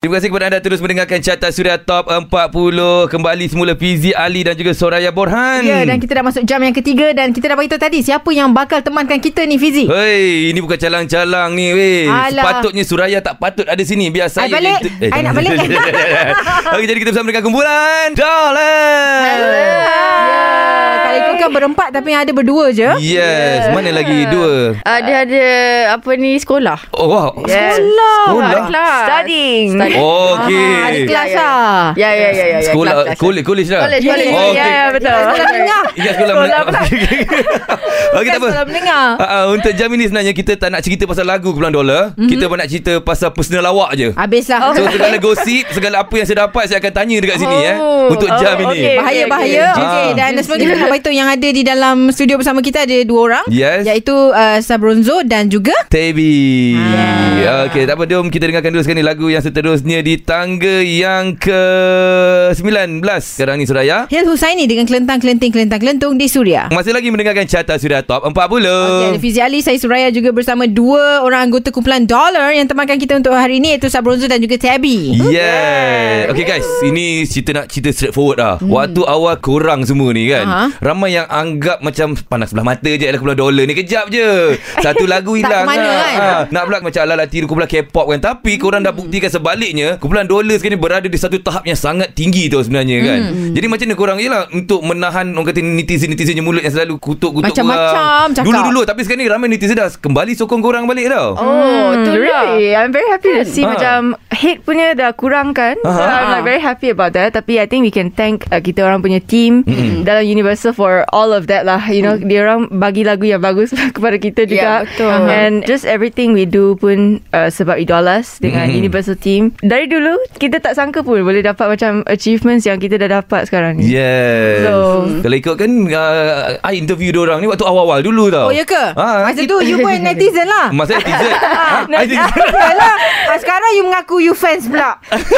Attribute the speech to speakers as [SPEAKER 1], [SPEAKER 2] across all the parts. [SPEAKER 1] Terima kasih kepada anda terus mendengarkan Carta Suria Top 40 Kembali semula Fizi Ali dan juga Soraya Borhan
[SPEAKER 2] Ya, dan kita dah masuk jam yang ketiga dan kita dah beritahu tadi siapa yang bakal temankan kita ni Fizi.
[SPEAKER 1] Eh? Hei, ini bukan calang-calang ni weh.
[SPEAKER 2] Alah.
[SPEAKER 1] Sepatutnya Suraya tak patut ada sini. Biar saya
[SPEAKER 2] I balik.
[SPEAKER 1] yang
[SPEAKER 2] I nak balik.
[SPEAKER 1] Okey, jadi kita bersama dengan kumpulan Darling.
[SPEAKER 2] Ya, Kali tu kan berempat tapi yang ada berdua je.
[SPEAKER 1] Ya. Yes, mana lagi dua?
[SPEAKER 3] Ada ada apa ni sekolah.
[SPEAKER 1] Oh, wow.
[SPEAKER 2] Sekolah.
[SPEAKER 3] Ada
[SPEAKER 1] Sekolah.
[SPEAKER 3] kelas.
[SPEAKER 4] Studying.
[SPEAKER 3] Study.
[SPEAKER 1] Okey.
[SPEAKER 2] Ah, Lah. ada kelas
[SPEAKER 3] Ya, ya.
[SPEAKER 2] lah.
[SPEAKER 3] Ya ya ya ya. ya,
[SPEAKER 1] Oh. Sekolah,
[SPEAKER 3] kelas, kelas.
[SPEAKER 1] kolej, kolej lah.
[SPEAKER 3] Kolej, kolej.
[SPEAKER 1] Okey.
[SPEAKER 4] Ya, ya, betul.
[SPEAKER 2] Sekolah menengah.
[SPEAKER 1] Ingat sekolah menengah. Okey, tak apa.
[SPEAKER 2] Sekolah menengah.
[SPEAKER 1] Uh, uh, untuk jam ini sebenarnya kita tak nak cerita pasal lagu kumpulan dolar. Mm-hmm. Kita pun nak cerita pasal personal awak je.
[SPEAKER 2] Habislah.
[SPEAKER 1] So segala gosip, segala apa yang saya dapat saya akan tanya dekat sini eh
[SPEAKER 3] Oh,
[SPEAKER 1] untuk jam
[SPEAKER 4] oh,
[SPEAKER 1] ini.
[SPEAKER 4] okey.
[SPEAKER 2] Bahaya bahaya.
[SPEAKER 1] okey.
[SPEAKER 2] Okey
[SPEAKER 1] Ah.
[SPEAKER 2] dan sebelum kita nak beritahu yang ada di dalam studio bersama kita ada dua orang
[SPEAKER 1] Yes.
[SPEAKER 2] iaitu uh, Sabronzo dan juga
[SPEAKER 1] Tebi. Okey, tak apa Dom, kita dengarkan dulu sekali lagu yang seterusnya di tangga yang ke-19. Sekarang ni Suraya.
[SPEAKER 2] Hil Husaini dengan kelentang kelenting kelentang kelentung di Suria.
[SPEAKER 1] Masih lagi mendengarkan carta Suria Top 40.
[SPEAKER 2] Okey, ada Fizi Ali, saya Suraya juga bersama dua orang anggota kumpulan Dollar yang temankan kita untuk hari ini iaitu Sabronzo dan juga Tabby.
[SPEAKER 1] Yeah. Okay guys, ini cerita nak cerita straightforward lah. Hmm. Waktu awal korang semua ni kan,
[SPEAKER 2] Aha.
[SPEAKER 1] ramai yang anggap macam panas sebelah mata je lah kumpulan dollar ni kejap je. Satu lagu
[SPEAKER 2] Tak
[SPEAKER 1] hilang.
[SPEAKER 2] kemana
[SPEAKER 1] lah.
[SPEAKER 2] kan? Hmm.
[SPEAKER 1] Ha. Nak pula macam ala-ala tiru kumpulan K-pop kan. Tapi korang dah buktikan sebaliknya, kumpulan dollar sekarang ni berada di satu tahap yang sangat tinggi tu sebenarnya kan.
[SPEAKER 2] Hmm.
[SPEAKER 1] Jadi macam mana korang je lah untuk menahan orang kata netizen-netizen yang mulut yang selalu kutuk-kutuk
[SPEAKER 2] Macam-macam
[SPEAKER 1] korang.
[SPEAKER 2] cakap.
[SPEAKER 1] Dulu-dulu tapi sekarang ni ramai netizen dah kembali sokong korang balik tau.
[SPEAKER 3] Oh,
[SPEAKER 4] Hmm,
[SPEAKER 3] tu lah.
[SPEAKER 4] really? I'm very happy to see
[SPEAKER 1] Ah.
[SPEAKER 4] macam hate punya dah kurangkan. So
[SPEAKER 1] Ah.
[SPEAKER 4] I'm like very happy about that. Tapi I think we can thank uh, kita orang punya team dalam Universal for all of that lah. You know, dia orang bagi lagu yang bagus kepada kita
[SPEAKER 3] Mm. Ya,
[SPEAKER 4] juga.
[SPEAKER 3] betul. Ah.
[SPEAKER 4] And just everything we do pun uh, sebab idolas dengan Universal team. Dari dulu kita tak sangka pun boleh dapat macam achievements yang kita dah dapat sekarang
[SPEAKER 1] Ya.
[SPEAKER 4] ni.
[SPEAKER 1] Yes. So,
[SPEAKER 4] So-
[SPEAKER 1] kalau ikut kan uh, I interview dia orang ni waktu awal-awal dulu tau.
[SPEAKER 2] Oh ya ke?
[SPEAKER 1] Ha, Ah.
[SPEAKER 2] Masa tu you pun netizen lah.
[SPEAKER 1] Masa netizen. ha, I netizen.
[SPEAKER 2] Yalah, ah, sekarang you mengaku you fans pula.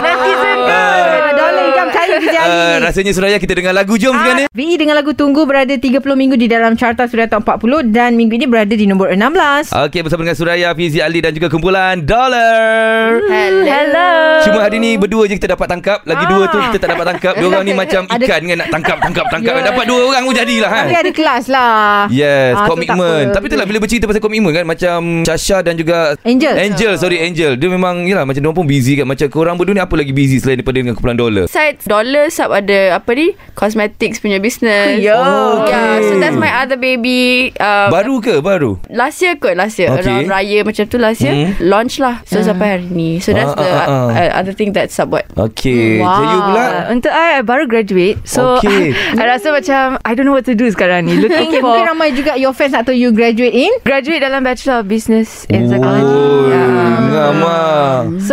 [SPEAKER 4] Netizen ke?
[SPEAKER 2] Ah, Dollar you kan percaya Fizi Ali
[SPEAKER 1] Uh,
[SPEAKER 2] ni.
[SPEAKER 1] rasanya Suraya kita dengar lagu
[SPEAKER 2] Ah.
[SPEAKER 1] jom sekarang ni.
[SPEAKER 2] VE dengan lagu Tunggu berada 30 minggu di dalam carta Suria Top 40 dan minggu ini berada di nombor 16.
[SPEAKER 1] Okey bersama dengan Suraya, Fizi Ali dan juga kumpulan Dollar.
[SPEAKER 3] Hello.
[SPEAKER 4] Hello.
[SPEAKER 1] Cuma hari ni berdua je kita dapat tangkap. Lagi dua tu kita tak dapat tangkap. Dia orang ni macam
[SPEAKER 2] Ah. Ada-
[SPEAKER 1] ikan kan nak tangkap, tangkap, tangkap. Dapat dua orang pun jadilah kan.
[SPEAKER 2] Tapi ada kelas lah.
[SPEAKER 1] Yes,
[SPEAKER 2] Ah,
[SPEAKER 1] ah,
[SPEAKER 2] tu
[SPEAKER 1] komitmen.
[SPEAKER 2] tak apa.
[SPEAKER 1] Tapi itulah bila bercerita pasal komitmen kan macam Sasha dan juga
[SPEAKER 2] Angel.
[SPEAKER 1] Angel, sorry Angel. Dia memang yalah macam dia pun busy kan. Macam korang berdua ni apa lagi busy selain daripada dengan kumpulan dolar?
[SPEAKER 3] Side dollar sub ada apa ni? Cosmetics punya business.
[SPEAKER 4] Yo.
[SPEAKER 1] Oh, okay.
[SPEAKER 3] Yeah, so that's my other baby. Um,
[SPEAKER 1] Baru ke baru?
[SPEAKER 3] Last year kot Last year
[SPEAKER 1] Okay.
[SPEAKER 3] okay. Around raya macam tu Last year
[SPEAKER 1] Hmm.
[SPEAKER 3] mm. Launch lah So sampai hari ni So that's
[SPEAKER 1] Ah,
[SPEAKER 3] the
[SPEAKER 1] ah, ah, ah.
[SPEAKER 3] uh, Other thing that sub buat
[SPEAKER 1] Okay. Wow. So you pula?
[SPEAKER 4] Uh, untuk I, I baru graduate. So,
[SPEAKER 1] Okay.
[SPEAKER 4] okay. I rasa macam, I don't know what to do sekarang ni. Looking
[SPEAKER 2] Okay, mungkin
[SPEAKER 4] for
[SPEAKER 2] ramai juga your fans nak tahu you graduate in.
[SPEAKER 4] graduate dalam Bachelor of Business in Psychology.
[SPEAKER 1] Oh,
[SPEAKER 4] Yeah.
[SPEAKER 1] Lama.
[SPEAKER 4] So,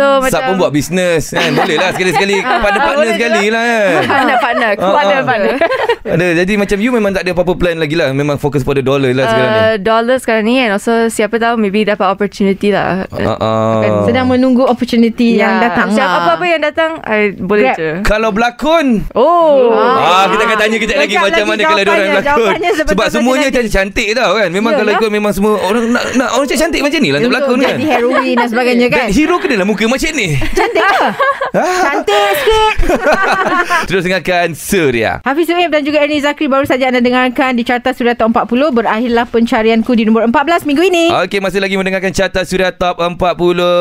[SPEAKER 1] Sub pun
[SPEAKER 4] Ya. Oh, macam...
[SPEAKER 1] buat bisnes kan. Boleh lah sekali-sekali. Partner-partner
[SPEAKER 4] boleh
[SPEAKER 1] sekali lah kan.
[SPEAKER 3] Partner partner
[SPEAKER 1] Ah,
[SPEAKER 4] Partner,
[SPEAKER 1] ah.
[SPEAKER 4] partner.
[SPEAKER 1] Ada, jadi macam you memang tak ada apa-apa plan lagi lah. Memang fokus pada dollar lah sekarang ni.
[SPEAKER 4] Uh, dollar sekarang ni and also siapa tahu maybe dapat opportunity lah.
[SPEAKER 1] Uh, uh.
[SPEAKER 2] Kan Sedang menunggu opportunity yang
[SPEAKER 4] Yeah.
[SPEAKER 2] datang
[SPEAKER 4] Ya. Siapa
[SPEAKER 2] lah.
[SPEAKER 4] apa-apa yang datang I boleh
[SPEAKER 2] Grab.
[SPEAKER 4] je.
[SPEAKER 1] Kalau berlakon,
[SPEAKER 4] Oh.
[SPEAKER 1] Ah, kita akan tanya kejap lagi
[SPEAKER 2] Kejap
[SPEAKER 1] macam
[SPEAKER 2] lagi
[SPEAKER 1] mana kalau dia orang
[SPEAKER 2] jawapannya,
[SPEAKER 1] berlakon.
[SPEAKER 2] jawapannya sebentar
[SPEAKER 1] Sebab
[SPEAKER 2] saja
[SPEAKER 1] semuanya
[SPEAKER 2] nanti.
[SPEAKER 1] cantik cantik tau kan. Memang kalau ikut memang semua orang nak, nak orang cantik cantik macam ni lah untuk berlakon
[SPEAKER 2] Untuk
[SPEAKER 1] kan.
[SPEAKER 2] ya. jadi heroin dan sebagainya
[SPEAKER 1] Dan
[SPEAKER 2] kan.
[SPEAKER 1] hero kenalah muka macam ni.
[SPEAKER 2] Cantik ke?
[SPEAKER 1] Ah.
[SPEAKER 2] Cantik sikit.
[SPEAKER 1] Terus dengarkan Surya.
[SPEAKER 2] Hafiz Suhaib dan juga Ernie Zakri baru saja anda dengarkan di Carta Suria Top 40. Berakhirlah pencarianku di nombor 14 minggu ini.
[SPEAKER 1] Okey, masih lagi mendengarkan carta Surya Top 40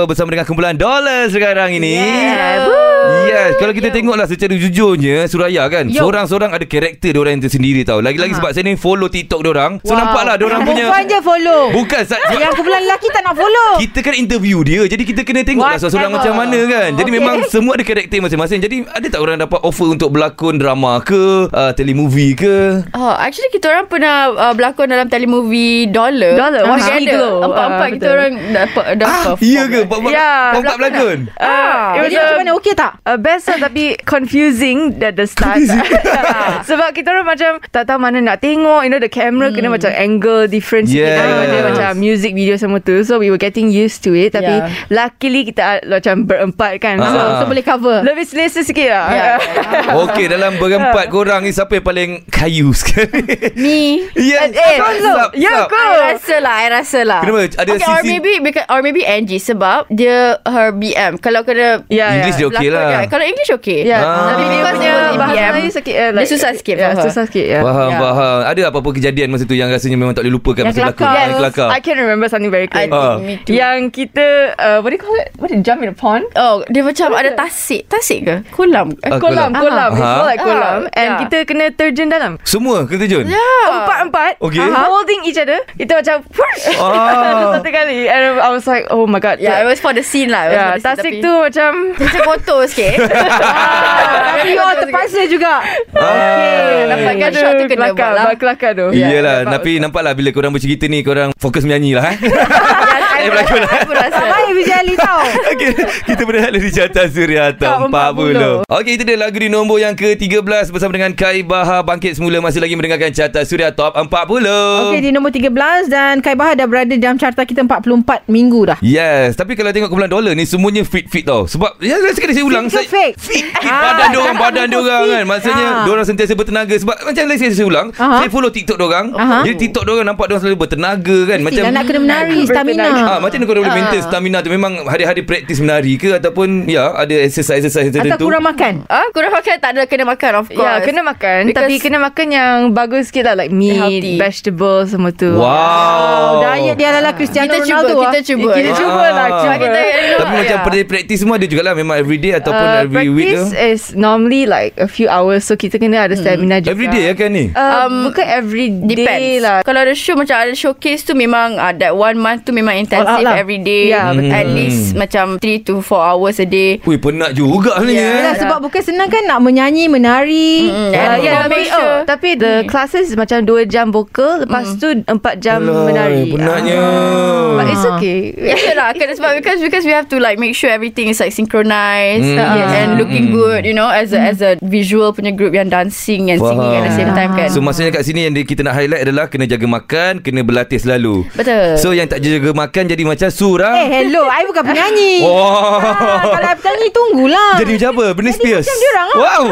[SPEAKER 1] bersama dengan kumpulan Dollar sekarang ini.
[SPEAKER 4] Yeah.
[SPEAKER 1] Yes, kalau kita tengoklah secara jujurnya Suraya kan, seorang-seorang ada karakter dia orang tersendiri tau. Lagi-lagi sebab saya ni follow TikTok dia orang. So nampaklah dia orang lah, punya
[SPEAKER 2] Perempuan je follow.
[SPEAKER 1] Bukan sa- sebab-
[SPEAKER 2] Yang kumpulan lelaki tak nak follow.
[SPEAKER 1] kita kan interview dia jadi kita kena tengok lah seorang-seorang macam
[SPEAKER 2] Whatever.
[SPEAKER 1] mana kan jadi okay.
[SPEAKER 2] Okay.
[SPEAKER 1] memang semua ada karakter masing-masing jadi ada tak orang dapat offer untuk berlakon drama ke uh, telemovie ke
[SPEAKER 3] Oh, actually kita orang pernah uh, berlakon dalam telemovie Dollar.
[SPEAKER 4] Dollar,
[SPEAKER 3] Together.
[SPEAKER 4] Watch Me Glow.
[SPEAKER 3] Empat-empat
[SPEAKER 4] Ah,
[SPEAKER 3] kita
[SPEAKER 4] betul.
[SPEAKER 3] orang dapat dapat.
[SPEAKER 1] ah iya ke buat
[SPEAKER 4] Ya,
[SPEAKER 1] buat berlakon
[SPEAKER 3] Ah,
[SPEAKER 4] Uh, it was
[SPEAKER 2] Jadi macam
[SPEAKER 4] a
[SPEAKER 2] mana? Okey tak?
[SPEAKER 4] uh, best lah tapi confusing at the start sebab kita orang macam tak tahu mana nak tengok you know the camera
[SPEAKER 3] Hmm.
[SPEAKER 4] kena macam angle different sikit
[SPEAKER 1] Yes.
[SPEAKER 4] daripada macam music video semua tu so we were getting used to it tapi
[SPEAKER 5] Yeah.
[SPEAKER 4] luckily kita uh, macam berempat kan so,
[SPEAKER 1] Ah.
[SPEAKER 4] so
[SPEAKER 5] So boleh cover
[SPEAKER 4] lebih selesa sikit lah
[SPEAKER 3] Ya.
[SPEAKER 5] Yeah.
[SPEAKER 1] Okey dalam berempat korang ni siapa yang paling kayu sekali?
[SPEAKER 3] Me
[SPEAKER 1] yes.
[SPEAKER 4] Eh,
[SPEAKER 1] Zap,
[SPEAKER 4] ya,
[SPEAKER 1] zap.
[SPEAKER 4] kau.
[SPEAKER 3] I rasa lah I rasa lah
[SPEAKER 1] Kenapa? Ada
[SPEAKER 3] okay, or
[SPEAKER 1] sisi-
[SPEAKER 3] maybe because, Or maybe Angie Sebab dia Her BM Kalau kena
[SPEAKER 4] Yeah,
[SPEAKER 1] English
[SPEAKER 4] yeah.
[SPEAKER 1] dia okey
[SPEAKER 3] pelakon
[SPEAKER 1] lah.
[SPEAKER 3] kan. Kalau English okay
[SPEAKER 4] Yeah.
[SPEAKER 1] Ah.
[SPEAKER 4] Tapi dia
[SPEAKER 3] Because
[SPEAKER 4] punya
[SPEAKER 3] dia punya
[SPEAKER 4] bahasa
[SPEAKER 3] BM.
[SPEAKER 4] Melayu sikit eh,
[SPEAKER 3] Dia susah sikit
[SPEAKER 4] yeah,
[SPEAKER 3] for her.
[SPEAKER 4] Susah sikit yeah.
[SPEAKER 1] Faham,
[SPEAKER 3] Ya.
[SPEAKER 1] faham. Ada apa-apa kejadian masa tu yang rasanya memang tak boleh lupakan
[SPEAKER 5] Yang
[SPEAKER 1] masa berlaku?
[SPEAKER 5] kelakar.
[SPEAKER 1] Yang kelakar.
[SPEAKER 4] I can remember something very
[SPEAKER 3] I
[SPEAKER 4] clear.
[SPEAKER 3] think
[SPEAKER 1] Ah.
[SPEAKER 3] me too
[SPEAKER 4] Yang kita uh, What do you call it? What do you jump in a pond?
[SPEAKER 3] Oh dia macam ada tasik Tasik ke? Kolam ke?
[SPEAKER 1] Ah,
[SPEAKER 4] Kolam,
[SPEAKER 1] kolam.
[SPEAKER 4] kolam. It's
[SPEAKER 1] Aha.
[SPEAKER 4] more like kolam.
[SPEAKER 3] Ah,
[SPEAKER 4] And
[SPEAKER 3] yeah.
[SPEAKER 4] kita kena terjun dalam.
[SPEAKER 1] Semua kena terjun? Yeah.
[SPEAKER 4] Empat-empat.
[SPEAKER 1] Okay.
[SPEAKER 4] Aha. Holding each other. Kita macam...
[SPEAKER 1] Ah.
[SPEAKER 4] Satu kali. And I was like, oh my god.
[SPEAKER 3] Yeah, it was for the scene lah. It was
[SPEAKER 4] yeah
[SPEAKER 3] for the scene,
[SPEAKER 4] Ya, tasik
[SPEAKER 3] tapi-
[SPEAKER 4] tu macam...
[SPEAKER 3] Macam kotor sikit.
[SPEAKER 2] Tapi you all terpaksa juga
[SPEAKER 1] Ah.
[SPEAKER 3] Nampak kan shot tu kena
[SPEAKER 4] kelakar,
[SPEAKER 3] buat lah.
[SPEAKER 4] buat Kelakar tu.
[SPEAKER 2] Oh, ya,
[SPEAKER 1] Iyalah, tapi nampaklah bila korang bercerita ni, korang fokus menyanyi lah. Eh?
[SPEAKER 3] I
[SPEAKER 1] berlakon lah.
[SPEAKER 3] pun rasa.
[SPEAKER 2] Baik Vijay Ali tau
[SPEAKER 1] okay, kita berada di carta suria top 40. Okey, itu dia lagu di nombor yang ke-13 bersama dengan Kai Bahar Bangkit Semula masih lagi mendengarkan carta suria top 40.
[SPEAKER 2] Okey di nombor 13 Dan Kai Bahar dah berada dalam carta kita 44 minggu dah
[SPEAKER 1] Yes, tapi kalau tengok kumpulan dolar ni semuanya fit-fit tau. Sebab ya saya sekali saya ulang saya
[SPEAKER 2] Fit ke fake?
[SPEAKER 1] fit, fit
[SPEAKER 2] Ah,
[SPEAKER 1] badan dia orang
[SPEAKER 2] tak nak
[SPEAKER 1] badan dia
[SPEAKER 2] lupa
[SPEAKER 1] orang
[SPEAKER 2] fit.
[SPEAKER 1] kan. Maksudnya
[SPEAKER 2] Ah.
[SPEAKER 1] dia orang sentiasa bertenaga sebab macam lain saya, saya ulang,
[SPEAKER 2] Aha.
[SPEAKER 1] saya follow TikTok dia orang.
[SPEAKER 2] Aha. lah
[SPEAKER 1] Jadi TikTok dia orang nampak dia orang selalu bertenaga kan
[SPEAKER 2] Macam
[SPEAKER 1] macam
[SPEAKER 2] nak kena menari Stamina
[SPEAKER 1] Ah, macam mana kau boleh maintain stamina tu Memang hari-hari praktis menari ke Ataupun ya Ada exercise-exercise tertentu
[SPEAKER 2] Atau kurang makan
[SPEAKER 3] Ah, kurang makan tak ada kena makan of course.
[SPEAKER 4] Ya, yeah, kena makan.
[SPEAKER 3] Because-
[SPEAKER 4] Tapi kena makan yang bagus sikit lah. Like meat,
[SPEAKER 3] Healthy.
[SPEAKER 4] vegetables, semua
[SPEAKER 1] Wow.
[SPEAKER 4] tu.
[SPEAKER 2] Oh, diet dia adalah Cristiano
[SPEAKER 3] Kita cuba,
[SPEAKER 2] Ronaldo ah.
[SPEAKER 3] kita cuba.
[SPEAKER 4] Kita
[SPEAKER 1] Ah.
[SPEAKER 4] cuba lah. Cuba.
[SPEAKER 1] Sebab
[SPEAKER 3] kita-
[SPEAKER 1] Tapi
[SPEAKER 3] Ya.
[SPEAKER 1] macam yeah. praktis semua ada jugalah Memang everyday Ataupun
[SPEAKER 4] Uh,
[SPEAKER 1] every week ke
[SPEAKER 4] practice is normally like a few hours. So, kita kena ada stamina juga.
[SPEAKER 1] Everyday ya kan ni
[SPEAKER 4] Uh,
[SPEAKER 3] Hmm. Um,
[SPEAKER 4] um, bukan every day
[SPEAKER 3] Depends
[SPEAKER 4] lah.
[SPEAKER 3] lah. Kalau ada show macam ada showcase tu memang uh, that one month tu memang
[SPEAKER 2] All out
[SPEAKER 3] intensive
[SPEAKER 2] lah.
[SPEAKER 3] every day.
[SPEAKER 4] Yeah,
[SPEAKER 1] betul.
[SPEAKER 3] At
[SPEAKER 1] Hmm.
[SPEAKER 3] least macam 3 to 4 hours a day.
[SPEAKER 1] Ui penat juga ni eh.
[SPEAKER 3] Yeah.
[SPEAKER 1] yeah.
[SPEAKER 2] Yalah, sebab bukan senang kan nak menyanyi, menari. Ah,
[SPEAKER 4] Uh,
[SPEAKER 3] Mm-mm. And
[SPEAKER 4] yeah, tapi,
[SPEAKER 3] commercial.
[SPEAKER 4] oh, tapi the classes macam 2 jam vokal Lepas tu 4 jam
[SPEAKER 1] eh,
[SPEAKER 4] menari
[SPEAKER 1] Penatnya
[SPEAKER 4] Ah. But it's okay
[SPEAKER 3] Yalah kena sebab lah. because because we have to like make sure everything is like synchronized
[SPEAKER 1] Mm.
[SPEAKER 3] uh, and looking good you know as a as a visual punya group yang dancing and singing at the same time kan.
[SPEAKER 1] So maksudnya kat sini Yang di- kita nak highlight adalah Kena jaga makan Kena berlatih selalu
[SPEAKER 3] Betul.
[SPEAKER 1] So yang tak jaga makan Jadi macam surah
[SPEAKER 2] Eh, hello. I bukan penyanyi.
[SPEAKER 1] Wow.
[SPEAKER 2] Ah, kalau I penyanyi, tunggulah.
[SPEAKER 1] Oh. Jadi macam apa? Britney Spears
[SPEAKER 2] macam diorang lah.
[SPEAKER 1] Wow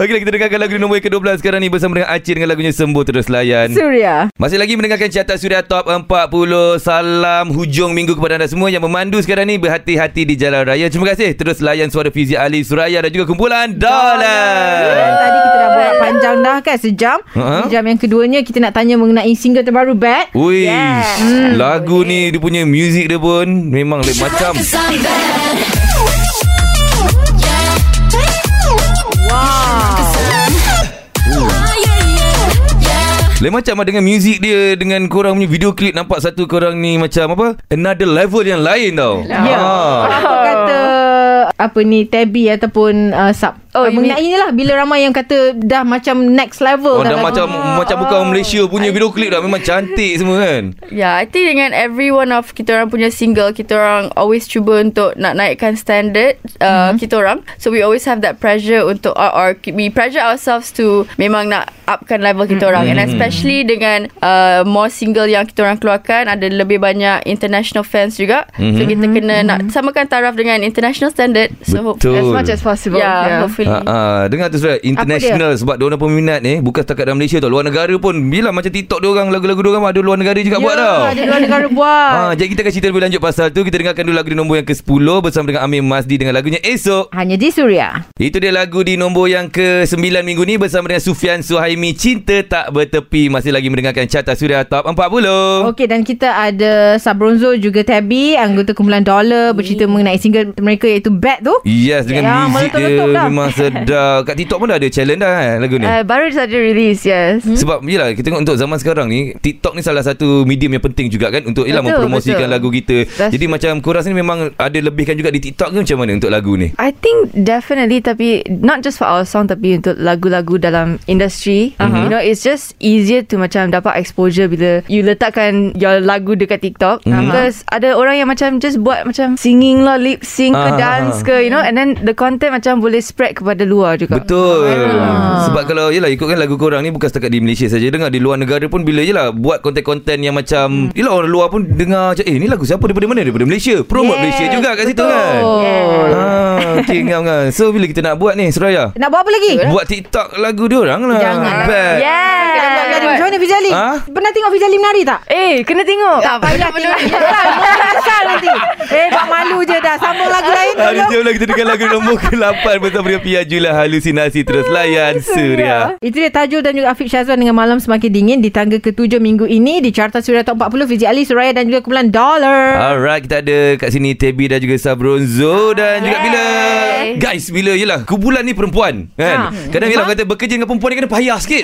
[SPEAKER 1] Okeylah kita dengarkan lagu di nombor ke-12 sekarang ni Bersama dengan Acin dengan lagunya Sembuh Terus Layan
[SPEAKER 2] Surya.
[SPEAKER 1] Masih lagi mendengarkan carta suria top 40 Salam hujung minggu kepada anda semua Yang memandu sekarang ni Berhati-hati di jalan raya Terima kasih Terus layan suara Fizi Ali Suraya Dan juga kumpulan
[SPEAKER 2] Dan
[SPEAKER 1] Dollar
[SPEAKER 2] Ya, tadi kita dah buat panjang dah kan sejam.
[SPEAKER 1] Ha?
[SPEAKER 2] Uh-huh. Jam yang keduanya kita nak tanya mengenai single terbaru Bad.
[SPEAKER 1] Ui,
[SPEAKER 2] Hmm.
[SPEAKER 1] yeah. Hmm. lagu ni dia punya music dia pun memang lain macam. Lain macam lah dengan music dia dengan korang punya video clip nampak satu korang ni macam apa? Another level yang lain tau.
[SPEAKER 2] Ya.
[SPEAKER 1] Ah.
[SPEAKER 2] Apa kata apa ni Tabby ataupun uh, Sub.
[SPEAKER 4] Oh,
[SPEAKER 2] Oh,
[SPEAKER 4] you
[SPEAKER 2] mengenai inilah bila ramai yang kata dah macam next level
[SPEAKER 1] Oh, dah
[SPEAKER 2] lagu
[SPEAKER 1] macam
[SPEAKER 2] ni. Ah.
[SPEAKER 1] macam bukan orang Malaysia punya video clip dah memang cantik semua kan.
[SPEAKER 3] Yeah, I think dengan every one of kita orang punya single, kita orang always cuba untuk nak naikkan standard
[SPEAKER 1] Mhm.
[SPEAKER 3] uh, kita orang. So we always have that pressure untuk or, or we pressure ourselves to memang nak upkan level
[SPEAKER 1] Mm-hmm.
[SPEAKER 3] kita orang. And especially dengan uh, more single yang kita orang keluarkan ada lebih banyak international fans juga.
[SPEAKER 1] Mm-hmm.
[SPEAKER 3] So kita kena nak samakan taraf dengan international standard. So
[SPEAKER 1] Betul.
[SPEAKER 4] As
[SPEAKER 1] Betul.
[SPEAKER 4] much as possible
[SPEAKER 3] Yeah, hopefully.
[SPEAKER 1] Ha, ha, dengar tu surat international sebab dia orang peminat ni bukan setakat dalam Malaysia tau luar negara pun bila macam TikTok dia orang lagu-lagu dia orang ada luar negara juga
[SPEAKER 2] Ya,
[SPEAKER 1] buat tau.
[SPEAKER 2] Ada luar negara buat.
[SPEAKER 1] Ha, jadi kita akan cerita lebih lanjut pasal tu Kita dengarkan dulu lagu di nombor yang ke-10 Bersama dengan Amir Masdi dengan lagunya Esok
[SPEAKER 2] Hanya di Suria.
[SPEAKER 1] Itu dia lagu di nombor yang ke-9 minggu ni Bersama dengan Sufian Suhaimi Cinta Tak Bertepi Masih lagi mendengarkan Carta Suria Top 40
[SPEAKER 2] Okey dan kita ada Sabronzo juga Tabby anggota kumpulan Dollar bercerita mengenai single mereka iaitu Bad tu.
[SPEAKER 1] Yes
[SPEAKER 2] Ya,
[SPEAKER 1] dengan muzik dia
[SPEAKER 2] meletup-letup
[SPEAKER 4] kan?
[SPEAKER 2] dah.
[SPEAKER 1] Memang sedap Kat TikTok pun dah ada challenge dah kan lagu ni
[SPEAKER 4] Uh, baru saja release, yes.
[SPEAKER 1] Sebab yelah kita tengok untuk zaman sekarang ni TikTok ni salah satu medium yang penting juga kan Untuk yelah
[SPEAKER 4] Betul,
[SPEAKER 1] mempromosikan
[SPEAKER 4] betul.
[SPEAKER 1] lagu kita
[SPEAKER 4] That's
[SPEAKER 1] Jadi macam korang ni memang ada lebihkan juga di TikTok ke macam mana untuk lagu ni
[SPEAKER 4] I think definitely tapi not just for our song tapi untuk lagu-lagu dalam industry uh-huh. you know it's just easier to macam dapat exposure bila you letakkan your
[SPEAKER 1] Hmm.
[SPEAKER 4] lagu dekat TikTok uh-huh. because ada orang yang macam just buat macam singing lah lip sync ke
[SPEAKER 1] Ah,
[SPEAKER 4] dance
[SPEAKER 1] ah,
[SPEAKER 4] ke you know and then the content macam boleh spread kepada luar juga.
[SPEAKER 1] Betul
[SPEAKER 4] eh.
[SPEAKER 1] Ah. Sebab kalau Yelah ikutkan lagu korang ni Bukan setakat di Malaysia saja Dengar di luar negara pun Bila je lah Buat konten-konten yang
[SPEAKER 4] Hmm.
[SPEAKER 1] macam Yelah orang luar pun Dengar macam Eh ni lagu siapa Daripada mana Daripada Malaysia Promote
[SPEAKER 2] Yes,
[SPEAKER 1] Malaysia juga kat situ
[SPEAKER 4] betul.
[SPEAKER 1] kan ah, Okay ngam ngam So bila kita nak buat ni Suraya
[SPEAKER 2] Nak buat apa lagi? Eh,
[SPEAKER 1] Buat TikTok lagu diorang lah
[SPEAKER 2] Jangan.
[SPEAKER 1] Bet.
[SPEAKER 4] Ya,
[SPEAKER 2] Kena buat menari.
[SPEAKER 3] Buat.
[SPEAKER 2] Macam mana Fizalim?
[SPEAKER 1] Ha?
[SPEAKER 2] Pernah tengok Fizalim menari tak?
[SPEAKER 4] Eh, kena tengok.
[SPEAKER 3] Tak lah payah
[SPEAKER 2] Yelah, Kesal nanti Eh buat malu je dah Sambung lagu lain
[SPEAKER 1] Hari
[SPEAKER 2] dulu
[SPEAKER 1] jam lah kita dengar lagu nombor ke-8 Bersama dengan Pia Jula Halusinasi Terus layan Suria
[SPEAKER 2] Itu dia Tajul dan juga Afiq Syazwan dengan Malam Semakin Dingin di tangga ketujuh minggu ini di carta Suria Top 40 Fizi Ali Suraya dan juga kumpulan Dollar.
[SPEAKER 1] Alright kita ada kat sini Tebi dan juga Sabronzo Dan juga bila Guys bila yelah Kumpulan ni perempuan
[SPEAKER 2] Ha.
[SPEAKER 1] kan? Kadang bila kata bekerja dengan perempuan ni kena payah sikit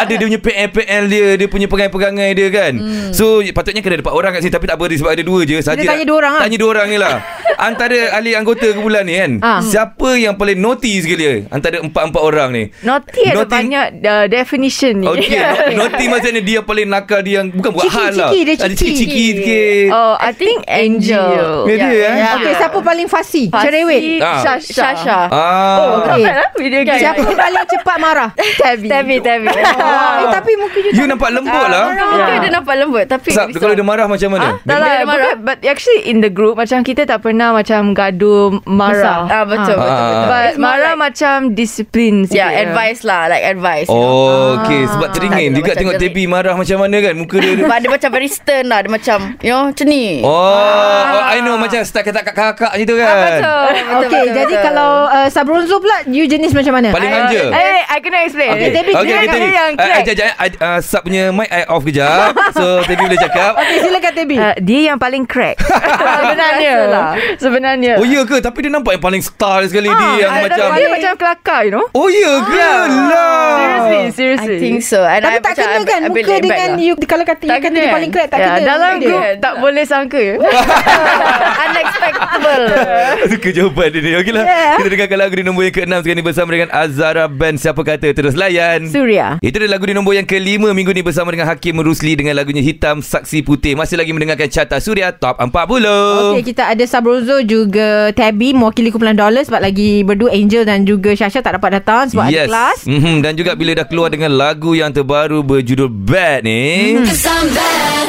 [SPEAKER 1] Ada dia punya PL-PL dia Dia punya pegangai-pegangai dia kan So patutnya kena ada 4 orang kat sini Tapi tak apa dia sebab ada 2 je saja.
[SPEAKER 2] Hmm. tanya dua orang, ah.
[SPEAKER 1] Tanya dua orang ni lah Antara ahli anggota kumpulan ni kan
[SPEAKER 2] Ah.
[SPEAKER 1] Siapa yang paling naughty sekali Antara 4-4 orang ni
[SPEAKER 4] Naughty ada
[SPEAKER 1] Naughty-
[SPEAKER 4] banyak uh, definition ni.
[SPEAKER 3] Oh,
[SPEAKER 1] Okey, yeah. naughty maksudnya dia paling nakal dia yang bukan buat
[SPEAKER 2] Ciki,
[SPEAKER 1] hal lah.
[SPEAKER 2] ciki, Oh, dia
[SPEAKER 1] Ah, ciki-ciki sikit.
[SPEAKER 4] Oh, I think angel.
[SPEAKER 1] Ya, dia, eh?
[SPEAKER 3] yeah.
[SPEAKER 2] Okey, siapa paling fasi?
[SPEAKER 4] Fasi,
[SPEAKER 2] Cerewet.
[SPEAKER 1] Ah.
[SPEAKER 4] Shasha.
[SPEAKER 3] Shasha.
[SPEAKER 1] Ah.
[SPEAKER 2] okey.
[SPEAKER 3] lah,
[SPEAKER 4] Video game.
[SPEAKER 2] Siapa paling cepat marah?
[SPEAKER 4] Tabby.
[SPEAKER 3] Tabby, tabby.
[SPEAKER 2] Eh, tapi muka you
[SPEAKER 1] You nampak lembut lah.
[SPEAKER 3] Orang muka
[SPEAKER 4] Ya.
[SPEAKER 3] dia nampak lembut tapi
[SPEAKER 1] Sab,
[SPEAKER 3] besar.
[SPEAKER 1] kalau dia marah macam mana?
[SPEAKER 4] Tak
[SPEAKER 3] Dia
[SPEAKER 4] lah,
[SPEAKER 3] boleh marah.
[SPEAKER 4] bukan, but actually in the group macam kita tak pernah macam gaduh marah. Uh,
[SPEAKER 3] Ah betul
[SPEAKER 1] Ah.
[SPEAKER 3] betul betul.
[SPEAKER 1] It's
[SPEAKER 4] But
[SPEAKER 3] more
[SPEAKER 4] marah
[SPEAKER 3] like-
[SPEAKER 4] macam disiplin sikit.
[SPEAKER 3] Yeah,
[SPEAKER 2] ya.
[SPEAKER 3] advice lah like advice. you know.
[SPEAKER 1] Oh, okey. Sebab teringin.
[SPEAKER 3] Tak,
[SPEAKER 1] Juga
[SPEAKER 3] macam
[SPEAKER 1] tengok
[SPEAKER 3] jerit.
[SPEAKER 1] Tebi marah macam mana kan? Muka dia.
[SPEAKER 3] Sebab dia macam very stern lah Dia macam You know macam ni
[SPEAKER 1] Oh, oh, I know macam style kata kakak-kakak gitu kan.
[SPEAKER 3] Betul, betul,
[SPEAKER 2] Okey,
[SPEAKER 3] betul,
[SPEAKER 2] jadi
[SPEAKER 3] betul.
[SPEAKER 2] kalau uh, Sabrunzo pula you jenis macam mana?
[SPEAKER 1] Paling
[SPEAKER 4] Eh,
[SPEAKER 1] anja.
[SPEAKER 4] eh, I kena explain.
[SPEAKER 1] Okey.
[SPEAKER 4] Tebi,
[SPEAKER 1] Okey,
[SPEAKER 4] dia
[SPEAKER 1] okey,
[SPEAKER 4] ada
[SPEAKER 1] Tebi.
[SPEAKER 3] Eh,
[SPEAKER 4] yang
[SPEAKER 1] Ah,
[SPEAKER 4] correct.
[SPEAKER 1] Kejap, kejap. I- ah, Sub punya mic I off kejap. So, Tebi boleh cakap.
[SPEAKER 2] Okey, silakan Tebi.
[SPEAKER 4] Uh, dia yang paling crack. Sebenarnya
[SPEAKER 3] Rasa lah.
[SPEAKER 4] Sebenarnya.
[SPEAKER 1] Oh, ya ke? Tapi dia nampak yang paling star sekali. Dia yang
[SPEAKER 4] Ah,
[SPEAKER 1] macam...
[SPEAKER 4] tapi Dia macam kelakar, you know.
[SPEAKER 1] Oh, ya ke? Lah.
[SPEAKER 4] Seriously,
[SPEAKER 3] Ah. I
[SPEAKER 4] seriously.
[SPEAKER 3] think so And
[SPEAKER 2] Tapi
[SPEAKER 3] I
[SPEAKER 2] tak
[SPEAKER 3] macam-
[SPEAKER 2] kena
[SPEAKER 3] I-
[SPEAKER 2] kan
[SPEAKER 3] I bit
[SPEAKER 2] muka
[SPEAKER 3] laid back
[SPEAKER 2] dengan
[SPEAKER 3] lah.
[SPEAKER 2] you kalau kata you kata dia
[SPEAKER 4] kan?
[SPEAKER 2] paling crack tak
[SPEAKER 4] Ya,
[SPEAKER 2] kena.
[SPEAKER 4] Dalam
[SPEAKER 2] muka dia.
[SPEAKER 4] group tak boleh sangka.
[SPEAKER 3] Unexpectable
[SPEAKER 1] Suka jawapan dia ni Okeylah yeah. Kita dengarkan lagu di nombor yang ke-6 Sekarang ni bersama dengan Azara Band Siapa Kata Terus Layan
[SPEAKER 2] Suria.
[SPEAKER 1] itu dia lagu di nombor yang kelima minggu ni bersama dengan Hakim Rusli dengan lagunya Hitam Saksi Putih. Masih lagi mendengarkan Carta Suria Top 40. Um.
[SPEAKER 2] Okey, kita ada Sabrozo juga Tabby mewakili kumpulan Dollar sebab lagi berdua Angel dan juga Syasha tak dapat datang sebab ada kelas.
[SPEAKER 1] Mm-hmm. Dan juga bila dah keluar dengan lagu yang terbaru berjudul Bad ni. Mm-hmm.
[SPEAKER 3] Mhm.
[SPEAKER 5] Cause I'm bad.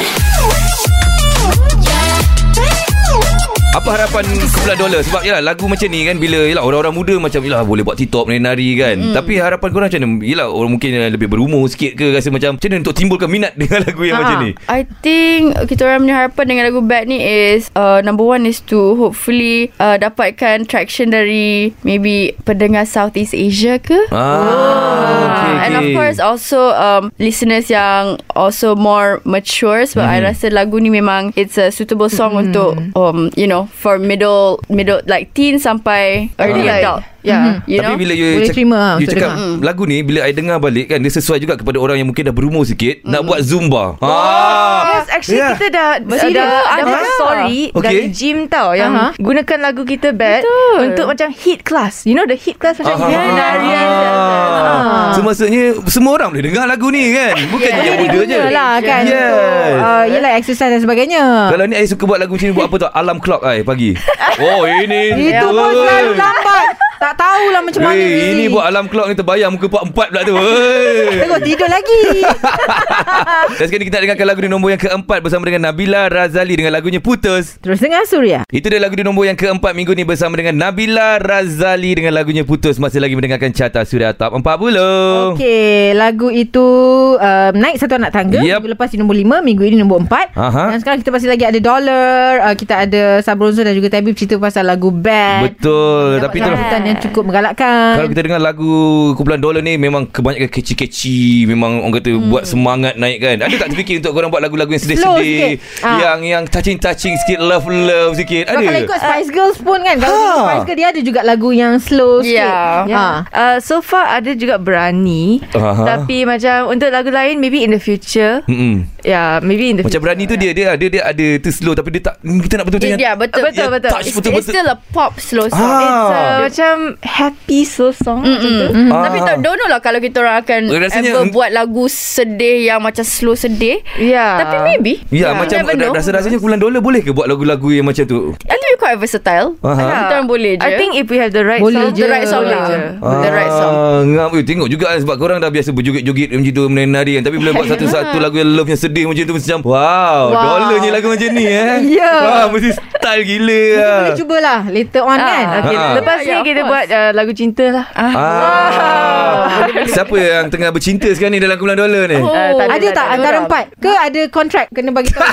[SPEAKER 1] Apa harapan kumpulan dolar? Sebab yalah lagu macam ni kan bila yalah orang-orang muda macam yalah boleh buat TikTok menari kan.
[SPEAKER 3] Mhm.
[SPEAKER 1] Mm. Tapi harapan korang macam mana? Yalah orang mungkin yang lebih berumur sikit ke rasa macam macam mana untuk timbulkan minat dengan lagu yang
[SPEAKER 2] Ha.
[SPEAKER 1] macam ni?
[SPEAKER 3] I think kita orang punya harapan dengan lagu Bad ni is uh, number one is to hopefully uh, dapatkan traction dari maybe pendengar Southeast Asia ke.
[SPEAKER 1] Ah, okay,
[SPEAKER 3] Oh, And of
[SPEAKER 1] okay.
[SPEAKER 3] course also um, listeners yang also more mature sebab I rasa lagu ni memang it's a suitable song untuk um, you know for middle middle like teen sampai early
[SPEAKER 1] Ah.
[SPEAKER 3] adult.
[SPEAKER 4] Yeah.
[SPEAKER 3] You
[SPEAKER 1] Tapi
[SPEAKER 3] know?
[SPEAKER 1] bila you,
[SPEAKER 2] Boleh terima lah
[SPEAKER 1] you
[SPEAKER 2] untuk
[SPEAKER 1] cakap dengar. lagu ni bila I dengar balik kan dia sesuai juga kepada orang yang mungkin dah berumur sikit mm. nak
[SPEAKER 2] Hmm.
[SPEAKER 1] buat
[SPEAKER 2] Oh,
[SPEAKER 1] zumba. Ha.
[SPEAKER 4] Yes,
[SPEAKER 1] Yeah.
[SPEAKER 4] actually yeah. kita dah
[SPEAKER 3] Mesti
[SPEAKER 4] dah
[SPEAKER 3] dah
[SPEAKER 4] dapat
[SPEAKER 3] ada.
[SPEAKER 4] story
[SPEAKER 1] Okay.
[SPEAKER 4] okay. dari gym tau yang
[SPEAKER 2] Aha.
[SPEAKER 4] uh-huh. gunakan lagu kita bad
[SPEAKER 3] Betul.
[SPEAKER 4] untuk macam hit class. You know the hit class macam
[SPEAKER 1] Ah.
[SPEAKER 4] kita menari.
[SPEAKER 1] Ah. So maksudnya semua orang boleh dengar lagu ni kan? Bukan yeah. yang
[SPEAKER 2] Boleh
[SPEAKER 1] muda je.
[SPEAKER 2] diguna lah kan
[SPEAKER 1] Yes.
[SPEAKER 2] untuk uh, yelah exercise dan sebagainya.
[SPEAKER 1] Kalau ni I suka buat lagu macam ni buat apa tau? Alarm clock I pagi. Oh ini.
[SPEAKER 2] Itu pun
[SPEAKER 1] Oi.
[SPEAKER 2] selalu lah. lambat. Tak tahulah macam mana.
[SPEAKER 1] Weh, Eh, ini buat alarm clock ni terbayang muka part 4 pula tu. Weh.
[SPEAKER 2] Terus tidur lagi.
[SPEAKER 1] Dan sekarang kita nak dengarkan lagu di nombor yang keempat bersama dengan Nabila Razali dengan lagunya Putus.
[SPEAKER 2] Terus dengar Suria.
[SPEAKER 1] Itu dia lagu di nombor yang keempat minggu ni bersama dengan Nabila Razali dengan lagunya Putus. Masih lagi mendengarkan Carta Suria Top 40.
[SPEAKER 2] Okey, lagu itu um, naik satu anak tangga.
[SPEAKER 1] Yep.
[SPEAKER 2] Minggu lepas di nombor 5, minggu ini nombor 4.
[SPEAKER 1] Aha.
[SPEAKER 2] Dan sekarang kita masih lagi ada Dollar, uh, kita ada Sabronzo dan juga Tabib cerita pasal lagu Bad.
[SPEAKER 1] Betul. Tapi
[SPEAKER 2] Dapat
[SPEAKER 1] itulah.
[SPEAKER 2] sambutan yang cukup
[SPEAKER 1] Kalau
[SPEAKER 2] menggalakkan.
[SPEAKER 1] kita dengar lagu kumpulan dolar ni memang kebanyakan keci-keci memang orang kata hmm. buat semangat naik kan. Ada tak terfikir untuk korang buat lagu-lagu yang
[SPEAKER 2] Slow
[SPEAKER 1] sedih-sedih
[SPEAKER 2] sikit. Ah.
[SPEAKER 1] yang yang touching-touching sikit love-love sikit.
[SPEAKER 2] Sebab kalau
[SPEAKER 1] Ada.
[SPEAKER 2] ikut Spice Girls pun kan Kalau
[SPEAKER 1] Ha.
[SPEAKER 2] ikut Spice Girls Dia ada juga lagu yang slow sikit
[SPEAKER 3] Yeah.
[SPEAKER 4] Yeah. Uh, so far ada juga berani
[SPEAKER 1] Aha.
[SPEAKER 4] tapi macam untuk lagu lain maybe in the future.
[SPEAKER 1] Mm-mm.
[SPEAKER 4] Yeah, maybe in the
[SPEAKER 1] Hmm. Macam
[SPEAKER 4] future.
[SPEAKER 1] berani tu dia dia dia dia ada tu slow tapi dia tak kita nak betul-betul
[SPEAKER 3] Ya,
[SPEAKER 1] yang-
[SPEAKER 3] yeah, betul.
[SPEAKER 1] yang
[SPEAKER 4] Betul, betul.
[SPEAKER 1] touch
[SPEAKER 3] It's, it's
[SPEAKER 1] betul-betul.
[SPEAKER 3] still a pop slow song.
[SPEAKER 1] Ah.
[SPEAKER 4] Uh, macam macam happy slow song macam tu.
[SPEAKER 1] Ah.
[SPEAKER 3] Tapi tak don't know lah kalau kita orang akan
[SPEAKER 1] Eh, rasanya-
[SPEAKER 3] ever buat lagu sedih yang macam slow sedih.
[SPEAKER 4] Yeah.
[SPEAKER 3] Tapi maybe.
[SPEAKER 1] Ya, yeah,
[SPEAKER 3] You
[SPEAKER 1] macam
[SPEAKER 3] never know.
[SPEAKER 1] rasa-rasanya bulan dolar boleh ke buat lagu-lagu yang macam tu?
[SPEAKER 3] I think we quite versatile.
[SPEAKER 1] Aha.
[SPEAKER 3] Kita orang boleh je.
[SPEAKER 4] I think if we have the right
[SPEAKER 2] Boleh
[SPEAKER 4] song,
[SPEAKER 2] je.
[SPEAKER 3] the right song
[SPEAKER 4] Boleh
[SPEAKER 3] lah.
[SPEAKER 4] je.
[SPEAKER 3] The right song.
[SPEAKER 1] Ah, Ngam, eh, tengok juga kan sebab korang dah biasa berjoget-joget macam tu menari kan. Tapi bila buat satu-satu lagu yang love yang sedih macam tu mesti macam wow, wow. dolarnya lagu macam ni eh.
[SPEAKER 2] Ya.
[SPEAKER 1] Wah, mesti style gila
[SPEAKER 2] Kita
[SPEAKER 1] lah.
[SPEAKER 2] boleh cubalah later on kan.
[SPEAKER 4] Okay,
[SPEAKER 1] Ah.
[SPEAKER 4] lepas
[SPEAKER 3] Yeah,
[SPEAKER 4] ni
[SPEAKER 3] of
[SPEAKER 4] kita
[SPEAKER 3] course.
[SPEAKER 4] buat uh, lagu cinta lah.
[SPEAKER 3] Ah.
[SPEAKER 1] Ah. Siapa yang tengah bercinta sekarang ni dalam kumpulan dolar ni?
[SPEAKER 3] Oh.
[SPEAKER 4] Ah,
[SPEAKER 2] Ada tak antara empat? Ke ada kontrak kena bagi tahu?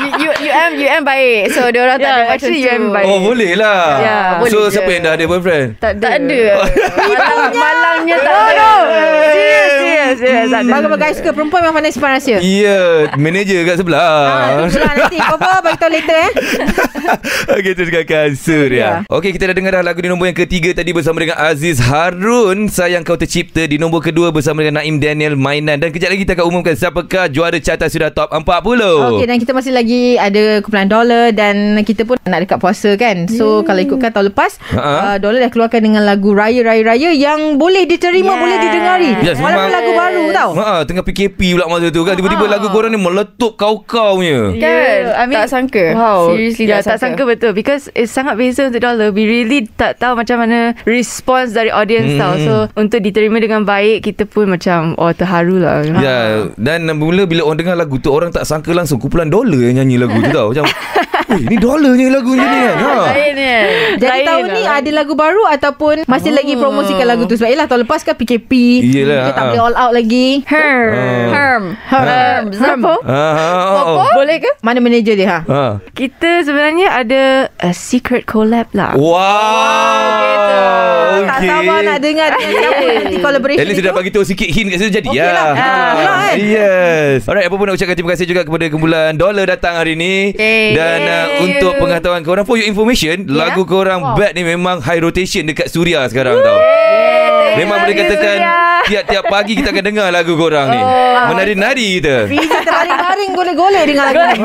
[SPEAKER 3] You, you, UM, UM baik. So, diorang tak
[SPEAKER 4] Yeah,
[SPEAKER 3] ada macam
[SPEAKER 4] actually
[SPEAKER 3] tu.
[SPEAKER 4] UM baik.
[SPEAKER 1] Oh, boleh lah.
[SPEAKER 4] Ya,
[SPEAKER 1] so,
[SPEAKER 3] boleh je.
[SPEAKER 1] siapa yang dah ada boyfriend?
[SPEAKER 4] Tak ada.
[SPEAKER 3] Tak ada. Malang, malangnya tak ada.
[SPEAKER 4] Oh, Serius, serius, serius. Tak ada.
[SPEAKER 2] Bagi-bagi guys ke perempuan memang pandai simpan rahsia.
[SPEAKER 1] Ya, manager kat sebelah.
[SPEAKER 2] Ah, tu pula nanti. Apa-apa bagi tahu later eh.
[SPEAKER 1] Okey terus kakak Surya. Okey kita dah dengar dah lagu di nombor yang ketiga tadi bersama dengan Aziz Harun. Sayang kau tercipta di nombor kedua bersama dengan Naim Daniel Mainan dan kejap lagi kita akan umumkan siapakah juara carta sudah top 40. Oh.
[SPEAKER 2] Okey dan kita masih lagi ada kumpulan dolar dan kita pun nak dekat puasa kan. So kalau ikutkan tahun lepas
[SPEAKER 1] Hmm. Ha-ha.
[SPEAKER 2] uh, dolar dah keluarkan dengan lagu Raya Raya Raya yang boleh diterima
[SPEAKER 3] Yes.
[SPEAKER 2] boleh didengari.
[SPEAKER 1] Yes,
[SPEAKER 2] Walaupun
[SPEAKER 1] memang-
[SPEAKER 2] lagu baru tau.
[SPEAKER 1] Ha, tengah PKP pula masa tu kan Tiba-tiba lagu korang ni meletup kau-kaunya
[SPEAKER 3] Kan?
[SPEAKER 4] Yeah, I mean-
[SPEAKER 3] tak sangka.
[SPEAKER 4] Wow
[SPEAKER 3] Seriously
[SPEAKER 4] yeah,
[SPEAKER 3] tak
[SPEAKER 4] tak sangka betul Because it's sangat beza untuk dollar We really tak tahu macam mana Response dari audience
[SPEAKER 1] Hmm.
[SPEAKER 4] tau So untuk diterima dengan baik Kita pun macam Oh terharu lah
[SPEAKER 1] Ya Dan mula bila orang dengar lagu tu Orang tak sangka langsung Kumpulan dolar yang nyanyi lagu tu tau Macam Wih ni dolar nyanyi lagu macam ni kan ha.
[SPEAKER 3] Lain kan?
[SPEAKER 2] Jadi
[SPEAKER 4] Lain
[SPEAKER 2] tahun
[SPEAKER 4] lah.
[SPEAKER 2] ni ada lagu baru ataupun masih lagi promosikan lagu tu sebab yelah tahun lepas kan PKP
[SPEAKER 1] Hmm. Yelah,
[SPEAKER 2] kita tak
[SPEAKER 1] ha.
[SPEAKER 2] boleh all out lagi.
[SPEAKER 3] Herm.
[SPEAKER 1] Ah.
[SPEAKER 3] Herm. Herm.
[SPEAKER 4] Kenapa?
[SPEAKER 1] Ha, ha, ha, ha.
[SPEAKER 4] Boleh ke?
[SPEAKER 2] Oh. Mana manager dia ha?
[SPEAKER 1] Ha.
[SPEAKER 4] Kita sebenarnya ada A secret collab lah
[SPEAKER 1] Wow,
[SPEAKER 2] Oh, Tak sabar nak dengar dengan siapa nanti collaboration
[SPEAKER 1] At least dia dah bagi tahu sikit hint kat situ jadi
[SPEAKER 2] Okey
[SPEAKER 1] ya.
[SPEAKER 2] lah. Betul lah kan?
[SPEAKER 1] Yes. Alright, apa pun nak ucapkan terima kasih juga kepada kumpulan Dollar datang hari ni
[SPEAKER 3] Yay.
[SPEAKER 1] dan uh, untuk pengetahuan korang for your
[SPEAKER 2] Ya.
[SPEAKER 1] information, lagu korang Bad ni memang high rotation dekat Suria sekarang tau. Memang boleh katakan tiap-tiap pagi kita akan dengar lagu korang
[SPEAKER 2] Oh,
[SPEAKER 1] ni.
[SPEAKER 2] ah,
[SPEAKER 1] Menari-nari kita.
[SPEAKER 2] Fizi terbaring-baring golek-golek dengan lagu ni.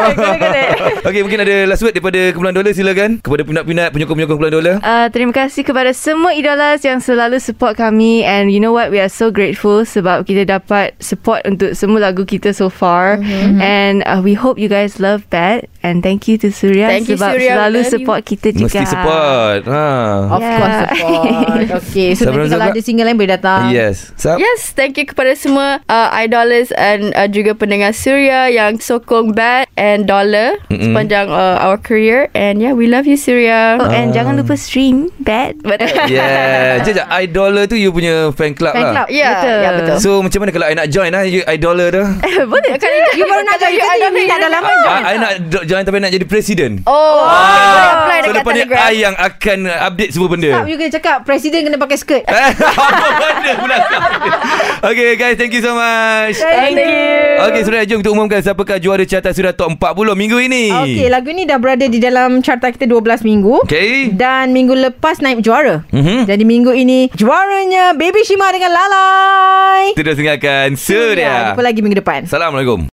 [SPEAKER 1] Okey, mungkin ada last word daripada kumpulan Dollar silakan kepada peminat-peminat penyokong-penyokong kumpulan Dollar.
[SPEAKER 4] Uh, terima kasih kepada semua idolas yang selalu support kami and you know what we are so grateful sebab kita dapat support untuk semua lagu kita so far mm-hmm. and uh, we hope you guys love that and thank you to Surya
[SPEAKER 3] Thank you,
[SPEAKER 4] sebab
[SPEAKER 3] Surya.
[SPEAKER 4] selalu
[SPEAKER 3] We love
[SPEAKER 4] support kita juga
[SPEAKER 1] Mesti support. Ha.
[SPEAKER 2] Of course
[SPEAKER 4] Yeah.
[SPEAKER 2] support Okay So
[SPEAKER 1] Sabar,
[SPEAKER 2] nanti kalau
[SPEAKER 1] sabar.
[SPEAKER 2] ada single lain boleh datang
[SPEAKER 1] Yes. Sab-
[SPEAKER 3] Yes, thank you kepada semua uh, idolers and uh, juga pendengar Suria yang sokong Bad and Dollar
[SPEAKER 1] Mm-mm.
[SPEAKER 3] mm-hmm. sepanjang uh, our career. And yeah, we love you Suria.
[SPEAKER 4] Oh,
[SPEAKER 1] Ah.
[SPEAKER 4] and jangan lupa stream that.
[SPEAKER 1] Yeah Sekejap Idola tu You punya fan club
[SPEAKER 2] Fan
[SPEAKER 1] lah
[SPEAKER 2] club
[SPEAKER 3] Yeah,
[SPEAKER 4] Betul.
[SPEAKER 3] yeah betul.
[SPEAKER 1] So macam mana Kalau I nak join lah You idola tu Ah,
[SPEAKER 3] Boleh kan?
[SPEAKER 2] You baru nak join Kita ni tak ada lama
[SPEAKER 1] I, I nak do- join Tapi I nak jadi presiden
[SPEAKER 3] Oh, okay, boleh apply
[SPEAKER 1] So ah,
[SPEAKER 3] dekat
[SPEAKER 1] depan ni
[SPEAKER 3] Telegram.
[SPEAKER 1] I yang akan uh, Update semua benda
[SPEAKER 2] Stop you kena cakap Presiden kena pakai skirt
[SPEAKER 1] Eh, Apa benda pula kau ni? Okay guys Thank you so much
[SPEAKER 2] Thank you
[SPEAKER 1] Okay Suraya jom kita umumkan Siapakah juara carta sudah top 40 minggu ini
[SPEAKER 2] Okay lagu ni dah berada di dalam carta kita 12 minggu
[SPEAKER 1] Okay.
[SPEAKER 2] Dan minggu lepas naik juara
[SPEAKER 1] Mhm.
[SPEAKER 2] Jadi minggu ini Juaranya Baby Shima dengan Lalai
[SPEAKER 1] Kita dah dengarkan Surya
[SPEAKER 2] Jumpa lagi minggu depan
[SPEAKER 1] Assalamualaikum